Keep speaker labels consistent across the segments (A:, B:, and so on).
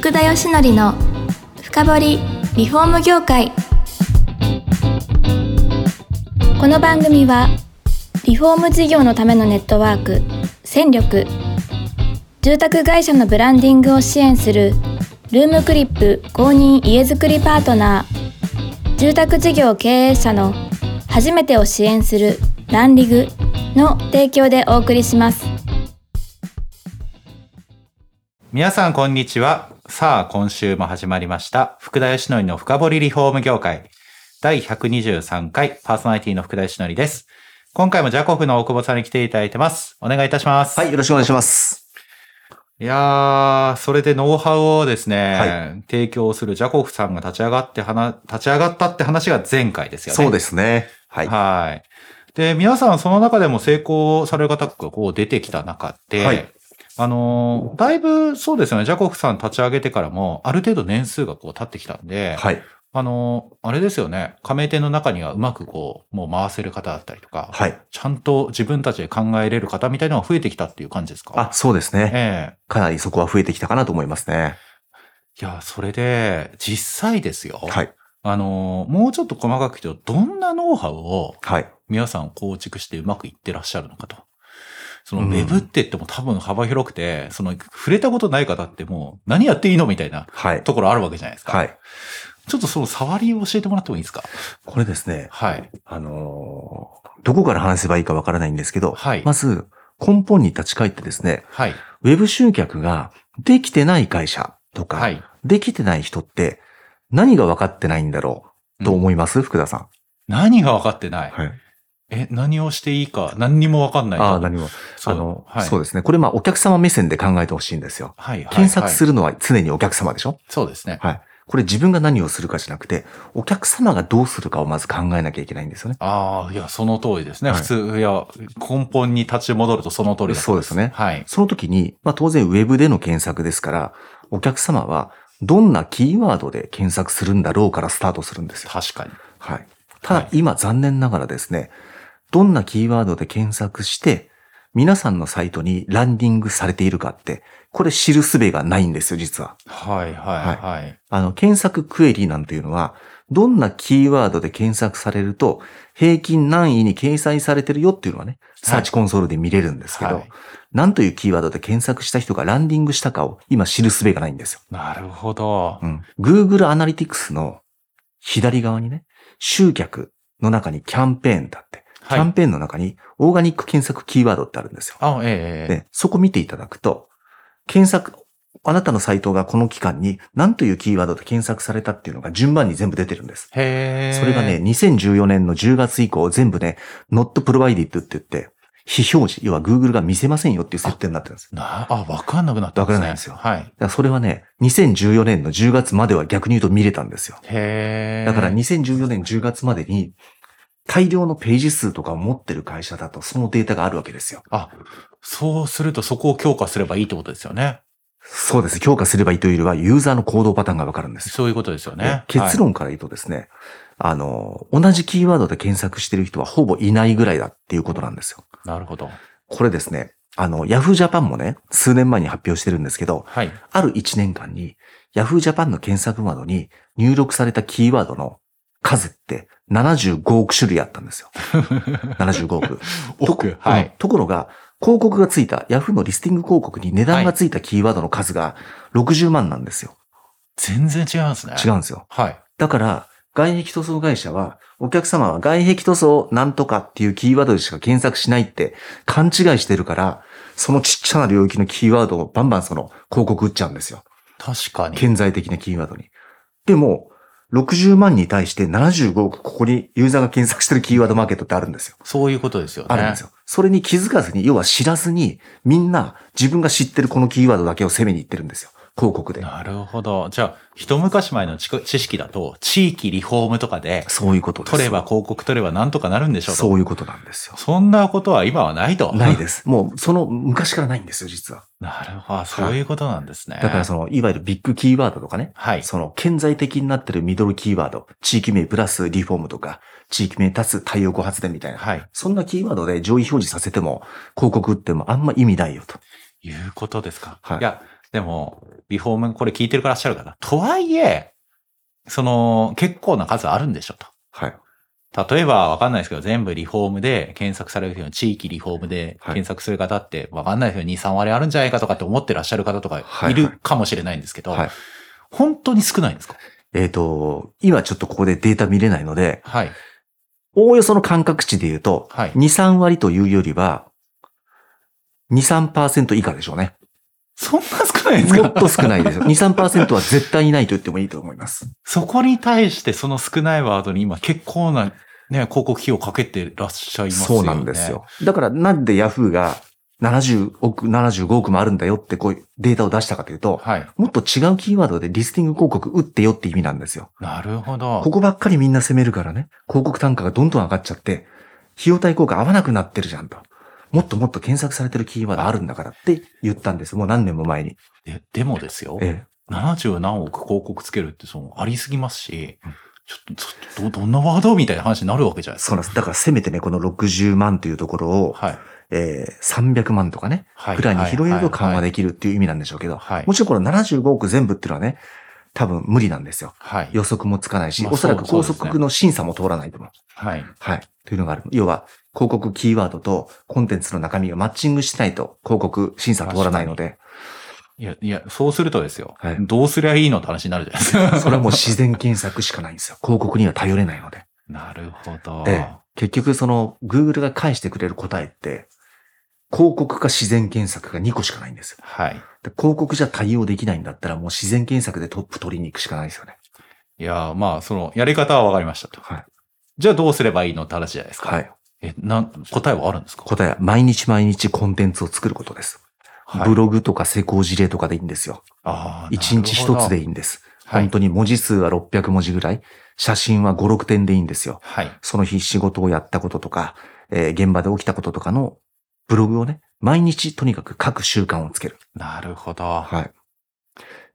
A: 福田義則の深掘りリフォーム業界この番組はリフォーム事業のためのネットワーク戦力住宅会社のブランディングを支援するルームクリップ公認家づくりパートナー住宅事業経営者の初めてを支援するランリグの提供でお送りします
B: 皆さん、こんにちは。さあ、今週も始まりました。福田義則の深掘りリフォーム業界。第123回、パーソナリティの福田義則です。今回もジャコフの大久保さんに来ていただいてます。お願いいたします。
C: はい、よろしくお願いします。
B: いやー、それでノウハウをですね、はい、提供するジャコフさんが立ち上がって話、立ち上がったって話が前回ですよ
C: ね。そうですね。はい。
B: はい。で、皆さんその中でも成功される方がこう出てきた中で、はいあのー、だいぶそうですよね、ジャコフさん立ち上げてからも、ある程度年数がこう経ってきたんで、
C: はい。
B: あのー、あれですよね、加盟店の中にはうまくこう、もう回せる方だったりとか、
C: はい。
B: ちゃんと自分たちで考えれる方みたいなのが増えてきたっていう感じですか
C: あ、そうですね。
B: ええー、
C: かなりそこは増えてきたかなと思いますね。
B: いや、それで、実際ですよ。
C: はい。
B: あのー、もうちょっと細かく言うと、どんなノウハウを、
C: はい。
B: 皆さん構築してうまくいってらっしゃるのかと。そのウェブって言っても多分幅広くて、うん、その触れたことない方ってもう何やっていいのみたいなところあるわけじゃないですか。
C: はい。
B: ちょっとその触りを教えてもらってもいいですか
C: これですね。
B: はい。
C: あのー、どこから話せばいいかわからないんですけど、
B: はい、
C: まず根本に立ち返ってですね、
B: はい、
C: ウェブ集客ができてない会社とか、はい、できてない人って何が分かってないんだろうと思います、うん、福田さん。
B: 何が分かってない、
C: はい、
B: え、何をしていいか、何にもわかんない。
C: ああ、何も。あの、はい、そうですね。これ、まあ、お客様目線で考えてほしいんですよ。
B: はい、はい。
C: 検索するのは常にお客様でしょ
B: そうですね。
C: はい。これ自分が何をするかじゃなくて、お客様がどうするかをまず考えなきゃいけないんですよね。
B: ああ、いや、その通りですね。はい、普通、いや、根本に立ち戻るとその通りです。
C: そうですね。
B: はい。
C: その時に、まあ、当然、ウェブでの検索ですから、お客様は、どんなキーワードで検索するんだろうからスタートするんですよ。
B: 確かに。
C: はい。ただ、今、残念ながらですね、どんなキーワードで検索して、皆さんのサイトにランディングされているかって、これ知る術がないんですよ、実は。
B: はいはいはい。はい、
C: あの、検索クエリなんていうのは、どんなキーワードで検索されると、平均何位に掲載されてるよっていうのはね、サーチコンソールで見れるんですけど、はいはい、何というキーワードで検索した人がランディングしたかを今知る術がないんですよ。
B: なるほど。
C: うん。Google Analytics の左側にね、集客の中にキャンペーンだって、キャンペーンの中にオーガニック検索キーワードってあるんですよ。
B: あえ
C: えー、で、そこ見ていただくと、検索、あなたのサイトがこの期間に何というキーワードで検索されたっていうのが順番に全部出てるんです。
B: へ
C: それがね、2014年の10月以降全部ね、not provided って言って、非表示、要は Google が見せませんよっていう設定になってるんです。
B: あ、わかんなくなった
C: わ、ね、からないんですよ。
B: はい。
C: だそれはね、2014年の10月までは逆に言うと見れたんですよ。
B: へ
C: だから2014年10月までに、大量のページ数とかを持ってる会社だとそのデータがあるわけですよ。
B: あ、そうするとそこを強化すればいいってことですよね。
C: そうです。強化すればいいというよりは、ユーザーの行動パターンがわかるんです。
B: そういうことですよね。
C: 結論から言うとですね、はい、あの、同じキーワードで検索してる人はほぼいないぐらいだっていうことなんですよ。
B: なるほど。
C: これですね、あの、Yahoo Japan もね、数年前に発表してるんですけど、
B: はい、
C: ある1年間に Yahoo Japan の検索窓に入力されたキーワードの数って75億種類あったんです よ。75億。
B: 億はい、
C: ところが、広告がついた、Yahoo のリスティング広告に値段がついたキーワードの数が60万なんですよ。
B: 全然違うんですね。
C: 違うんですよ。
B: はい。
C: だから、外壁塗装会社は、お客様は外壁塗装なんとかっていうキーワードでしか検索しないって勘違いしてるから、そのちっちゃな領域のキーワードをバンバンその広告打っちゃうんですよ。
B: 確かに。
C: 顕在的なキーワードに。でも、60万に対して75億、ここにユーザーが検索してるキーワードマーケットってあるんですよ。
B: そういうことですよね。
C: あるんですよ。それに気づかずに、要は知らずに、みんな自分が知ってるこのキーワードだけを攻めに行ってるんですよ。広告で。
B: なるほど。じゃあ、一昔前の知識だと、地域リフォームとかで、
C: そういうことです。
B: 取れば広告取ればなんとかなるんでしょう
C: そういうことなんですよ。
B: そんなことは今はないと。
C: ないです。もう、その昔からないんですよ、実は。
B: なるほど。そういうことなんですね。
C: だからその、いわゆるビッグキーワードとかね。
B: はい。
C: その、顕在的になってるミドルキーワード。地域名プラスリフォームとか、地域名立つ太陽光発電みたいな。
B: はい。
C: そんなキーワードで上位表示させても、広告打ってもあんま意味ないよと。
B: いうことですか。
C: はい。
B: いやでも、リフォームこれ聞いてるからっしゃるかな。とはいえ、その、結構な数あるんでしょと。
C: はい。
B: 例えば、わかんないですけど、全部リフォームで検索されるように、地域リフォームで
C: はい
B: 検索する方って、わかんないですけど、2、3割あるんじゃないかとかって思ってらっしゃる方とかいるかもしれないんですけど、
C: はい。
B: 本当に少ないんですか
C: えっ、と、今ちょっとここでデータ見れないので、
B: はい。
C: おおよその感覚値で言うと、
B: はい
C: 2、3割というよりは、2、3%以下でしょうね。
B: そんな少ないんです
C: もっ
B: か
C: と少ないですよ。2、3%は絶対いないと言ってもいいと思います。
B: そこに対してその少ないワードに今結構なね、広告費をかけてらっしゃいますよね。
C: そうなんです。よ。だからなんでヤフーが70億、75億もあるんだよってこういうデータを出したかというと、
B: はい。
C: もっと違うキーワードでリスティング広告打ってよって意味なんですよ。
B: なるほど。
C: ここばっかりみんな攻めるからね、広告単価がどんどん上がっちゃって、費用対効果合わなくなってるじゃんと。もっともっと検索されてるキーワードあるんだからって言ったんです。もう何年も前に。
B: ででもですよ、
C: え
B: 70何億広告つけるってそのありすぎますし、ちょっと、ちょっとど、どんなワードみたいな話になるわけじゃない
C: え、
B: です
C: そうなんです。だからせめてね、この60万というところを、
B: か。はい。
C: えー、300万とかね、
B: はい。
C: くらいに拾えると緩和
B: で。
C: できるっていう意味なんでしょうけど、
B: はい
C: も。ちろんこの75億全部っていうのはね、多分無理なんですよ。
B: はい。
C: 予測もつかないし、
B: まあ
C: おそら
B: そ
C: く
B: う
C: 高
B: そうですね
C: 速の審査も通らないと思う。
B: はい。
C: はい。というのがある。要は、広告キーワードとコンテンツの中身がマッチングしないと広告審査通らないので、
B: いや、いや、そうするとですよ、
C: はい
B: どうすりゃいいのって話になるじゃないです か。
C: それはもう自然検索しかないんです よ。広告には頼れないので。
B: なるほど。
C: ええ結局、その、Google が返してくれる答えって、広告か自然検索が2個しかないんですよ。
B: はい。
C: で広告じゃ対応できないんだったら、もう自然検索でトップ取りに行くしかないですよね。
B: いや、まあ、その、やり方はわかりましたと。
C: はい。
B: じゃあどうすればいいのって話じゃないですか。
C: はい。
B: え、なん、答えはあるんですか
C: 答えは、毎日毎日コンテンツを作ることで
B: は
C: す。
B: い
C: ブログとか施工事例とかでいいんですよ。
B: あー
C: 一日一つでい。
B: なる
C: いんです。
B: はい
C: 本当に文字数は600文字ぐらい、写真は5、6点でいいんですよ。
B: ほどはい。
C: その日仕事をやったこととか、えー現場で起きたこととかのブログをね、毎日とにかく書く習慣をつける。。
B: なるほど。はい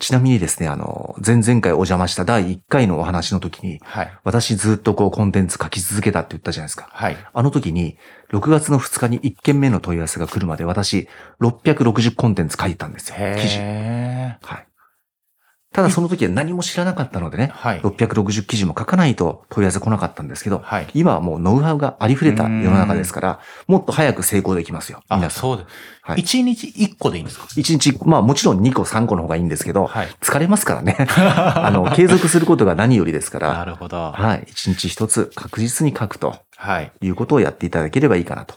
C: ちなみにですね、あの、前々回お邪魔した第1回のお話の時に、
B: い。
C: 私ずっとこうコンテンツ書き続けたって言ったじゃないですか。
B: はい。
C: あの時に、6月の2日に1件目の問い合わせが来るまで私、660コンテンツ書いたんですよ。記事。
B: へ
C: はい。ただその時は何も知らなかったのでね
B: ー、はい。
C: 660記事も書かないと問い合わせ来なかったんですけど、
B: はい。
C: 今はもうノウハウがありふれた世の中ですから、もっと早く成功できますよ。
B: あ、
C: 皆さん。
B: そうです。
C: はい
B: 一日一個でいいんですか
C: 一日、まあもちろん2個3個の方がいいんですけど、
B: はい。
C: 疲れますからね。 あの、継続することが何よりですか
B: な
C: ら、
B: るほど。
C: はい。一日一つ確実に書くと
B: はい。
C: いうことをやっていただければいいかなと。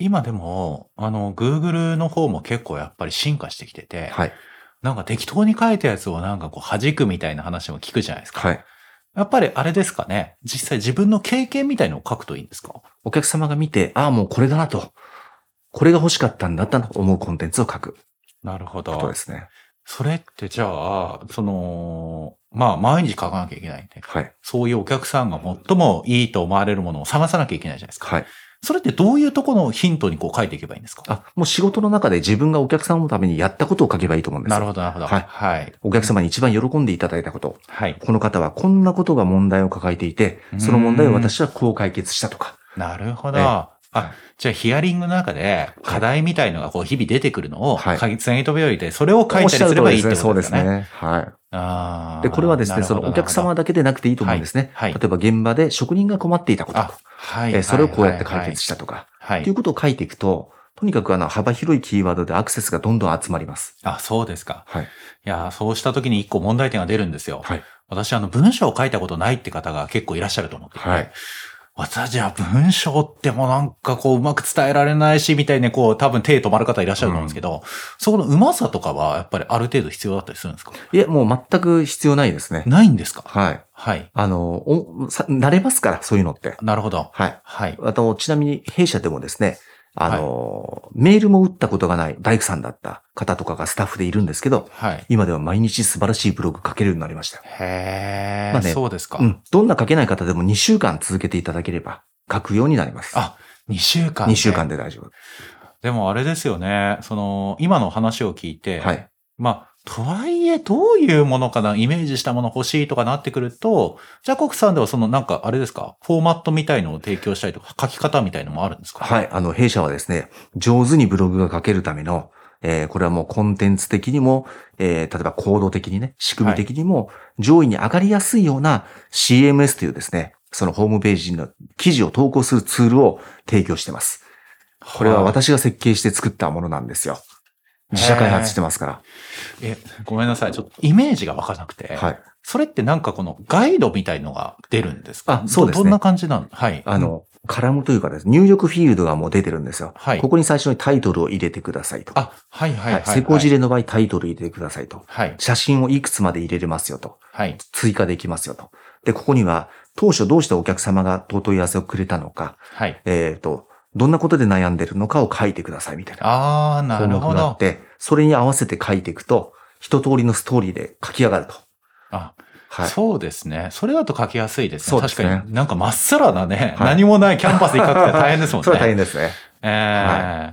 B: 今でも、あの、Google の方も結構やっぱり進化してきてて、
C: はい。
B: なんか適当に書いたやつをなんかこう弾くみたいな話も聞くじゃないですか。
C: はい。
B: やっぱりあれですかね。実際自分の経験みたいのを書くといいんですか
C: お客様が見て、ああ、もうこれだなと。これが欲しかったんだったと思うコンテンツを書く
B: なるほど。
C: ことですね。
B: それってじゃあ、その、まあ毎日書かなきゃいけないんで、
C: はい。
B: そういうお客さんが最もいいと思われるものを探さなきゃいけないじゃないですか。
C: はい。
B: それってどういうところのヒントにこう書いていけばいいんですか
C: あ、もう仕事の中で自分がお客様のためにやったことを書けばいいと思うんです
B: な
C: よ
B: るほど、なるほど。
C: はい
B: はい。
C: お客様に一番喜んでいただいたこと。
B: はい。
C: この方はこんなことが問題を抱えていて、その問題を私はこう解決したとか。
B: なるほど。
C: ええ
B: あ、じゃあヒアリングの中で課題みたいのがこう日々出てくるのを、
C: はい
B: 鍵つなぎ飛び降りて、それを書い
C: おったしゃ
B: りす
C: る
B: れ
C: 通
B: ば
C: り
B: いいって
C: そ
B: こと
C: うで
B: です
C: す
B: かね。
C: ね。はい。
B: あー
C: で、これはですね、
B: なる
C: そ
B: ほ
C: の
B: ど
C: お客様だけでなくていいと思うんですね。
B: はいはい
C: 例えば現場で職人が困っていたこと。
B: あ、はい。
C: えーそれをこうやって解決
B: し
C: したとか。
B: た。は
C: と
B: い
C: い。うことを書いていくと、とにかくあの幅広いキーワードでアクセスがどんどん集まります。
B: あ、そうですか。
C: はい。
B: いやー、そうした時に一個問題点が出るんですよ。
C: はい。
B: 私、あの、文章を書いたことないって方が結構いらっしゃると思っていて。
C: はい。
B: 私は文章ってもうなんかこう、うまく伝えられないし、みたいにこう、多分手止まる方いらっしゃると思うんですけど、そこのうまさとかは、やっぱりある程度必要だったりするんですか
C: いや、もう全く必要ないですね。
B: ないんですか
C: はい。
B: はい。
C: あの、おさ慣れますから、そういうのって。
B: なるほど。
C: はい。
B: はい。
C: あと、ちなみに弊社でもですね、あの、メールも打ったことがない大工さんだった方とかがスタッフでいるんですけど、
B: はい。
C: 今では毎日素晴らしいブログ書けるようになりましたよ。
B: へー、
C: まあね
B: そうですか。
C: うん。どんな書けない方でも2週間続けていただければ書くようになります。
B: あ、2週間。
C: 2週間。で大丈夫。
B: でもあれですよね、その、今の話を聞いて、
C: はい。
B: まあ、とはいえ、どういうものかな、イメージしたもの欲しいとかなってくると、じゃあ、国さんではその、なんか、あれですか、フォーマットみたいのを提供したりとか、書き方みたいのもあるんですか。
C: はいい。あの、弊社はですね、上手にブログが書けるための、えーこれはもうコンテンツ的にも、えー例えば行動的にね、仕組み的にも上位に上がりやすいような CMS というですね、そのホームページの記事を投稿するツールを提供してます。これは私が設計して作ったものなんですよ。自社開発してますか
B: え、ごめんなさい。ちょっとイメージがわからなくて。
C: ら。はい。
B: それってなんかこのガイドみたいのが出るんですか
C: あそうです
B: ど
C: ね
B: どんな感じなのはい。
C: あ、の、カラムというかですね、入力フィールドがもう出てるんですよ。
B: はい
C: ここに最初にタイトルを入れてくださいと。
B: あ、はいはいはい。
C: 施工事例の場合タイトル入れてくださいと。
B: はい。
C: 写真をいくつまで入れれますよと。
B: はい。
C: 追加できますよと。で、ここには当初どうしてお客様がお問い合わせをくれたのか、
B: はい。
C: えっ、と、どんなことで悩んでるのかを書いてくださいみたいな
B: あー、な
C: 項
B: る
C: 目
B: ほ
C: があっ
B: ど。
C: て、それに合わせて書いていくと、一通りのストーリーで書き上がると。
B: あ、
C: はい。
B: そうですね。それだと書きやすいですね。
C: そうですね
B: 確かに。なんかまっさらなね、
C: はい
B: 何もないキャンパスに書く って大変ですもんね。
C: それは大変ですね。
B: えー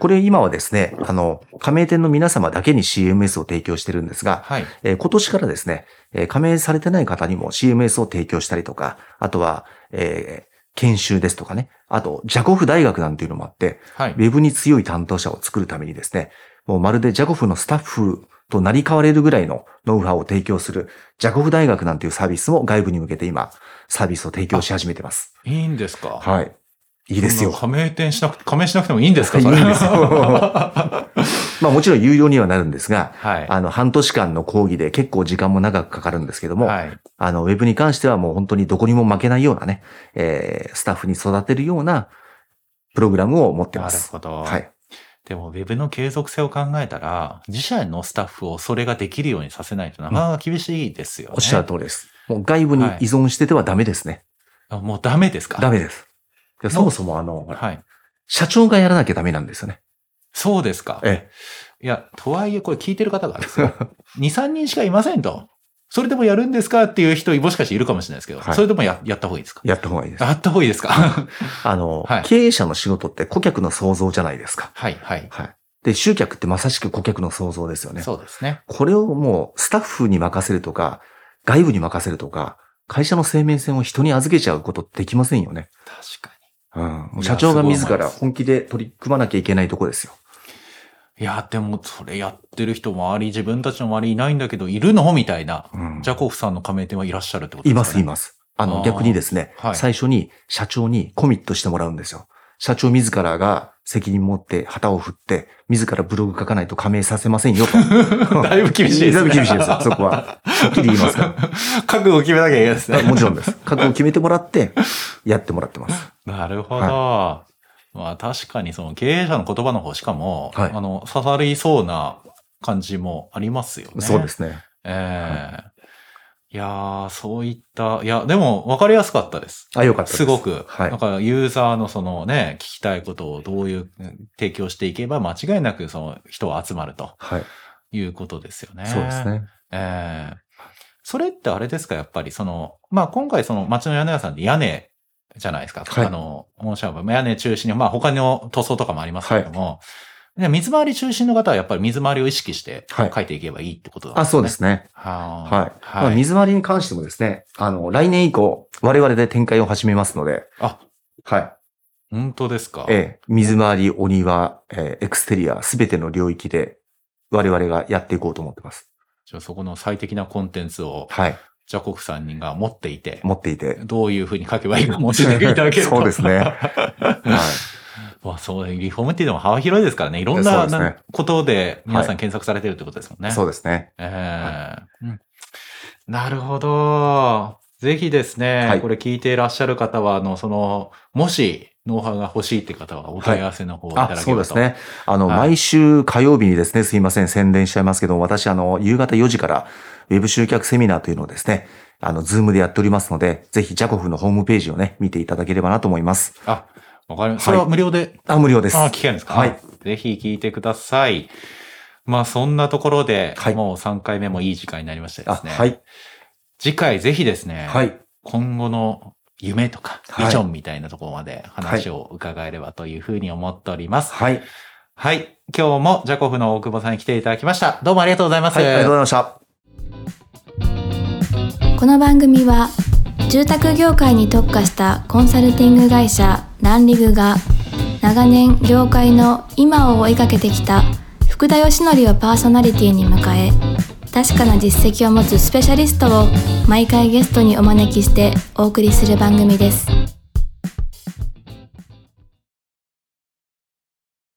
C: これ今はですね、あの、加盟店の皆様だけに CMS を提供してるんですが、
B: はい。
C: えー今年からですね、えー加盟されてない方にも CMS を提供したりとか、あとは、えー研修ですとかね、あと、ジャコフ大学なんていうのもあって、
B: はい。
C: ウェブに強い担当者を作るためにですね、もうまるでジャコフのスタッフと成り変われるぐらいのノウハウを提供する、ジャコフ大学なんていうサービスも外部に向けて今、サービスを提供し始めてます。
B: いいんですか
C: はい。いいですよ
B: そんな。加盟店しなくて、加盟しなくてもいいんですか
C: いいん
B: それ
C: ですよ
B: は
C: まあもちろん有料にはなるんですが、
B: い。
C: あの、半年間の講義で結構時間も長くかかるんですけども、
B: はい。
C: あの、ウェブに関してはもう本当にどこにも負けないようなね、えースタッフに育てるようなプログラムを持って
B: な
C: ま
B: る
C: す。
B: ほど。
C: はい。
B: でも、ウェブの継続性を考えたら、自社のスタッフをそれができるようにさせないと、なかなか厳しいですよね。
C: おっしゃる通りです。もう外部に依存しててはダメですね。
B: あもうダメですか
C: ダ
B: メ。
C: メです。いやそもそもあの、
B: はい。
C: 社長がやらなきゃダメなんですよね。
B: そうですか。
C: え
B: いや、とはいえ、これ聞いてる方がです よ2、3人しかいませんと。それでもやるんですかっていう人、もしかしているかもしれないですけど、
C: はい
B: それでもややった方がいいですか
C: やった方がいいです。
B: やった方がいいですかは
C: あの、
B: はい
C: 経営者の仕事って顧客の創造じゃないですか。
B: い、 はい。
C: はい。で、集客ってまさしく顧客の創造ですよね。
B: そうですね。
C: これをもうスタッフに任せるとか、外部に任せるとか、会社の生命線を人に預けちゃうことってできませんよね。
B: 確か
C: うん。
B: いや
C: 社長が自
B: すごい思い
C: ら
B: ます
C: 本気で取り組まなきゃいけないとこですよ。
B: に。いや、でも、それやってる人周り、自分たちの周りいないんだけど、いるのみたいな。
C: うん
B: ジャコフさんの加盟店はいらっしゃるってこと
C: い
B: ですか、ね、
C: ます、います。あの、
B: あー
C: 逆にですね、
B: はい
C: 最初に社長にコミットしてもらうんですよ。社長自らが責任持って旗を振って、自らブログ書かないと加盟させませんよ と。
B: だいぶ厳しいですね。
C: だいぶ厳しいですよそこ は。はっきり言いますか
B: 覚悟を決めなきゃいけないです
C: ら。
B: ね。
C: もちろんです。覚悟を決めてもらって、やってもらってます。
B: なるほど。まあ確かにその経営者の言葉の方しかも、
C: はい
B: あの、刺さりそうな感じもありますよね。。
C: そうですすね。
B: ええいやー、そういった、いや、でも分かりやすかったです。
C: あ、よかったです
B: すごく。
C: はい
B: だからユーザーのそのね、聞きたいことをどういう提供していけば間違いなくその人は集まると
C: はい。
B: いうことですよね。
C: そうです。ね。
B: ええそれってあれですか、やっぱりその、まあ今回その町の屋根屋さんで屋根じゃないですか。
C: はい
B: あの、本社はまあ屋根中心に、まあ他の塗装とかもありますけども、で水回り中心の方はやっぱり水回りを意識して
C: はい
B: 書いていけばいいってことなん
C: あ、そうで。すね。
B: はあ
C: はい。まあ
B: はい。
C: 水回りに関してもですね、あの、来年以降、我々で展開を始めますので、
B: あ、
C: はい。
B: 本当ですか。
C: ええ、水回り、お庭、ええエクステリア、すべての領域で我々がやっていこうと思ってます。
B: じゃあそこの最適なコンテンツを
C: はい。
B: ジャコフさんが持っていて、
C: 持っていて。
B: どういうふうに書けばいいかも教えていただけると。
C: そうです ね。はい。
B: まあそう、リフォームっていうのも幅広いですからね。いろん
C: そう
B: な
C: ですね
B: なことで皆さん検索されてるってことですもんね。
C: そうですね。
B: ええうんなるほど。ぜひですね、
C: はい
B: これ聞いていらっしゃる方は、あの、その、もし、ノウハウが欲しいって方は、お問い合わせの方をいただけ
C: あ、
B: ると。
C: そうです。ね。あの、
B: はい
C: 毎週火曜日にですね、すいません、宣伝しちゃいますけども、私、あの、夕方4時から、ウェブ集客セミナーというのをですね、あの、ズームでやっておりますので、ぜひ、ジャコフのホームページをね、見ていただければなと思います。
B: あ、わかりました。それは無料で、
C: あ、無料です。
B: あ、聞けるんですか
C: はい。
B: ぜひ聞いてください。まあ、そんなところで、
C: はい
B: もう3回目もいい時間になりました
C: あ、
B: ですね。
C: はい。
B: 次回、ぜひですね、
C: はい。
B: 今後の夢とか、
C: はい
B: ビジョンみたいなところまで話を伺えればというふうに思っております。
C: はい。
B: はい。今日もジャコフの大久保さんに来ていただきました。どうもありがとうございます。
C: はい。ありがとうございました。
A: この番組は住宅業界に特化したコンサルティング会社ランリグが長年業界の今を追いかけてきた福田義則をパーソナリティに迎え確かな実績を持つスペシャリストを毎回ゲストにお招きしてお送りする番組です。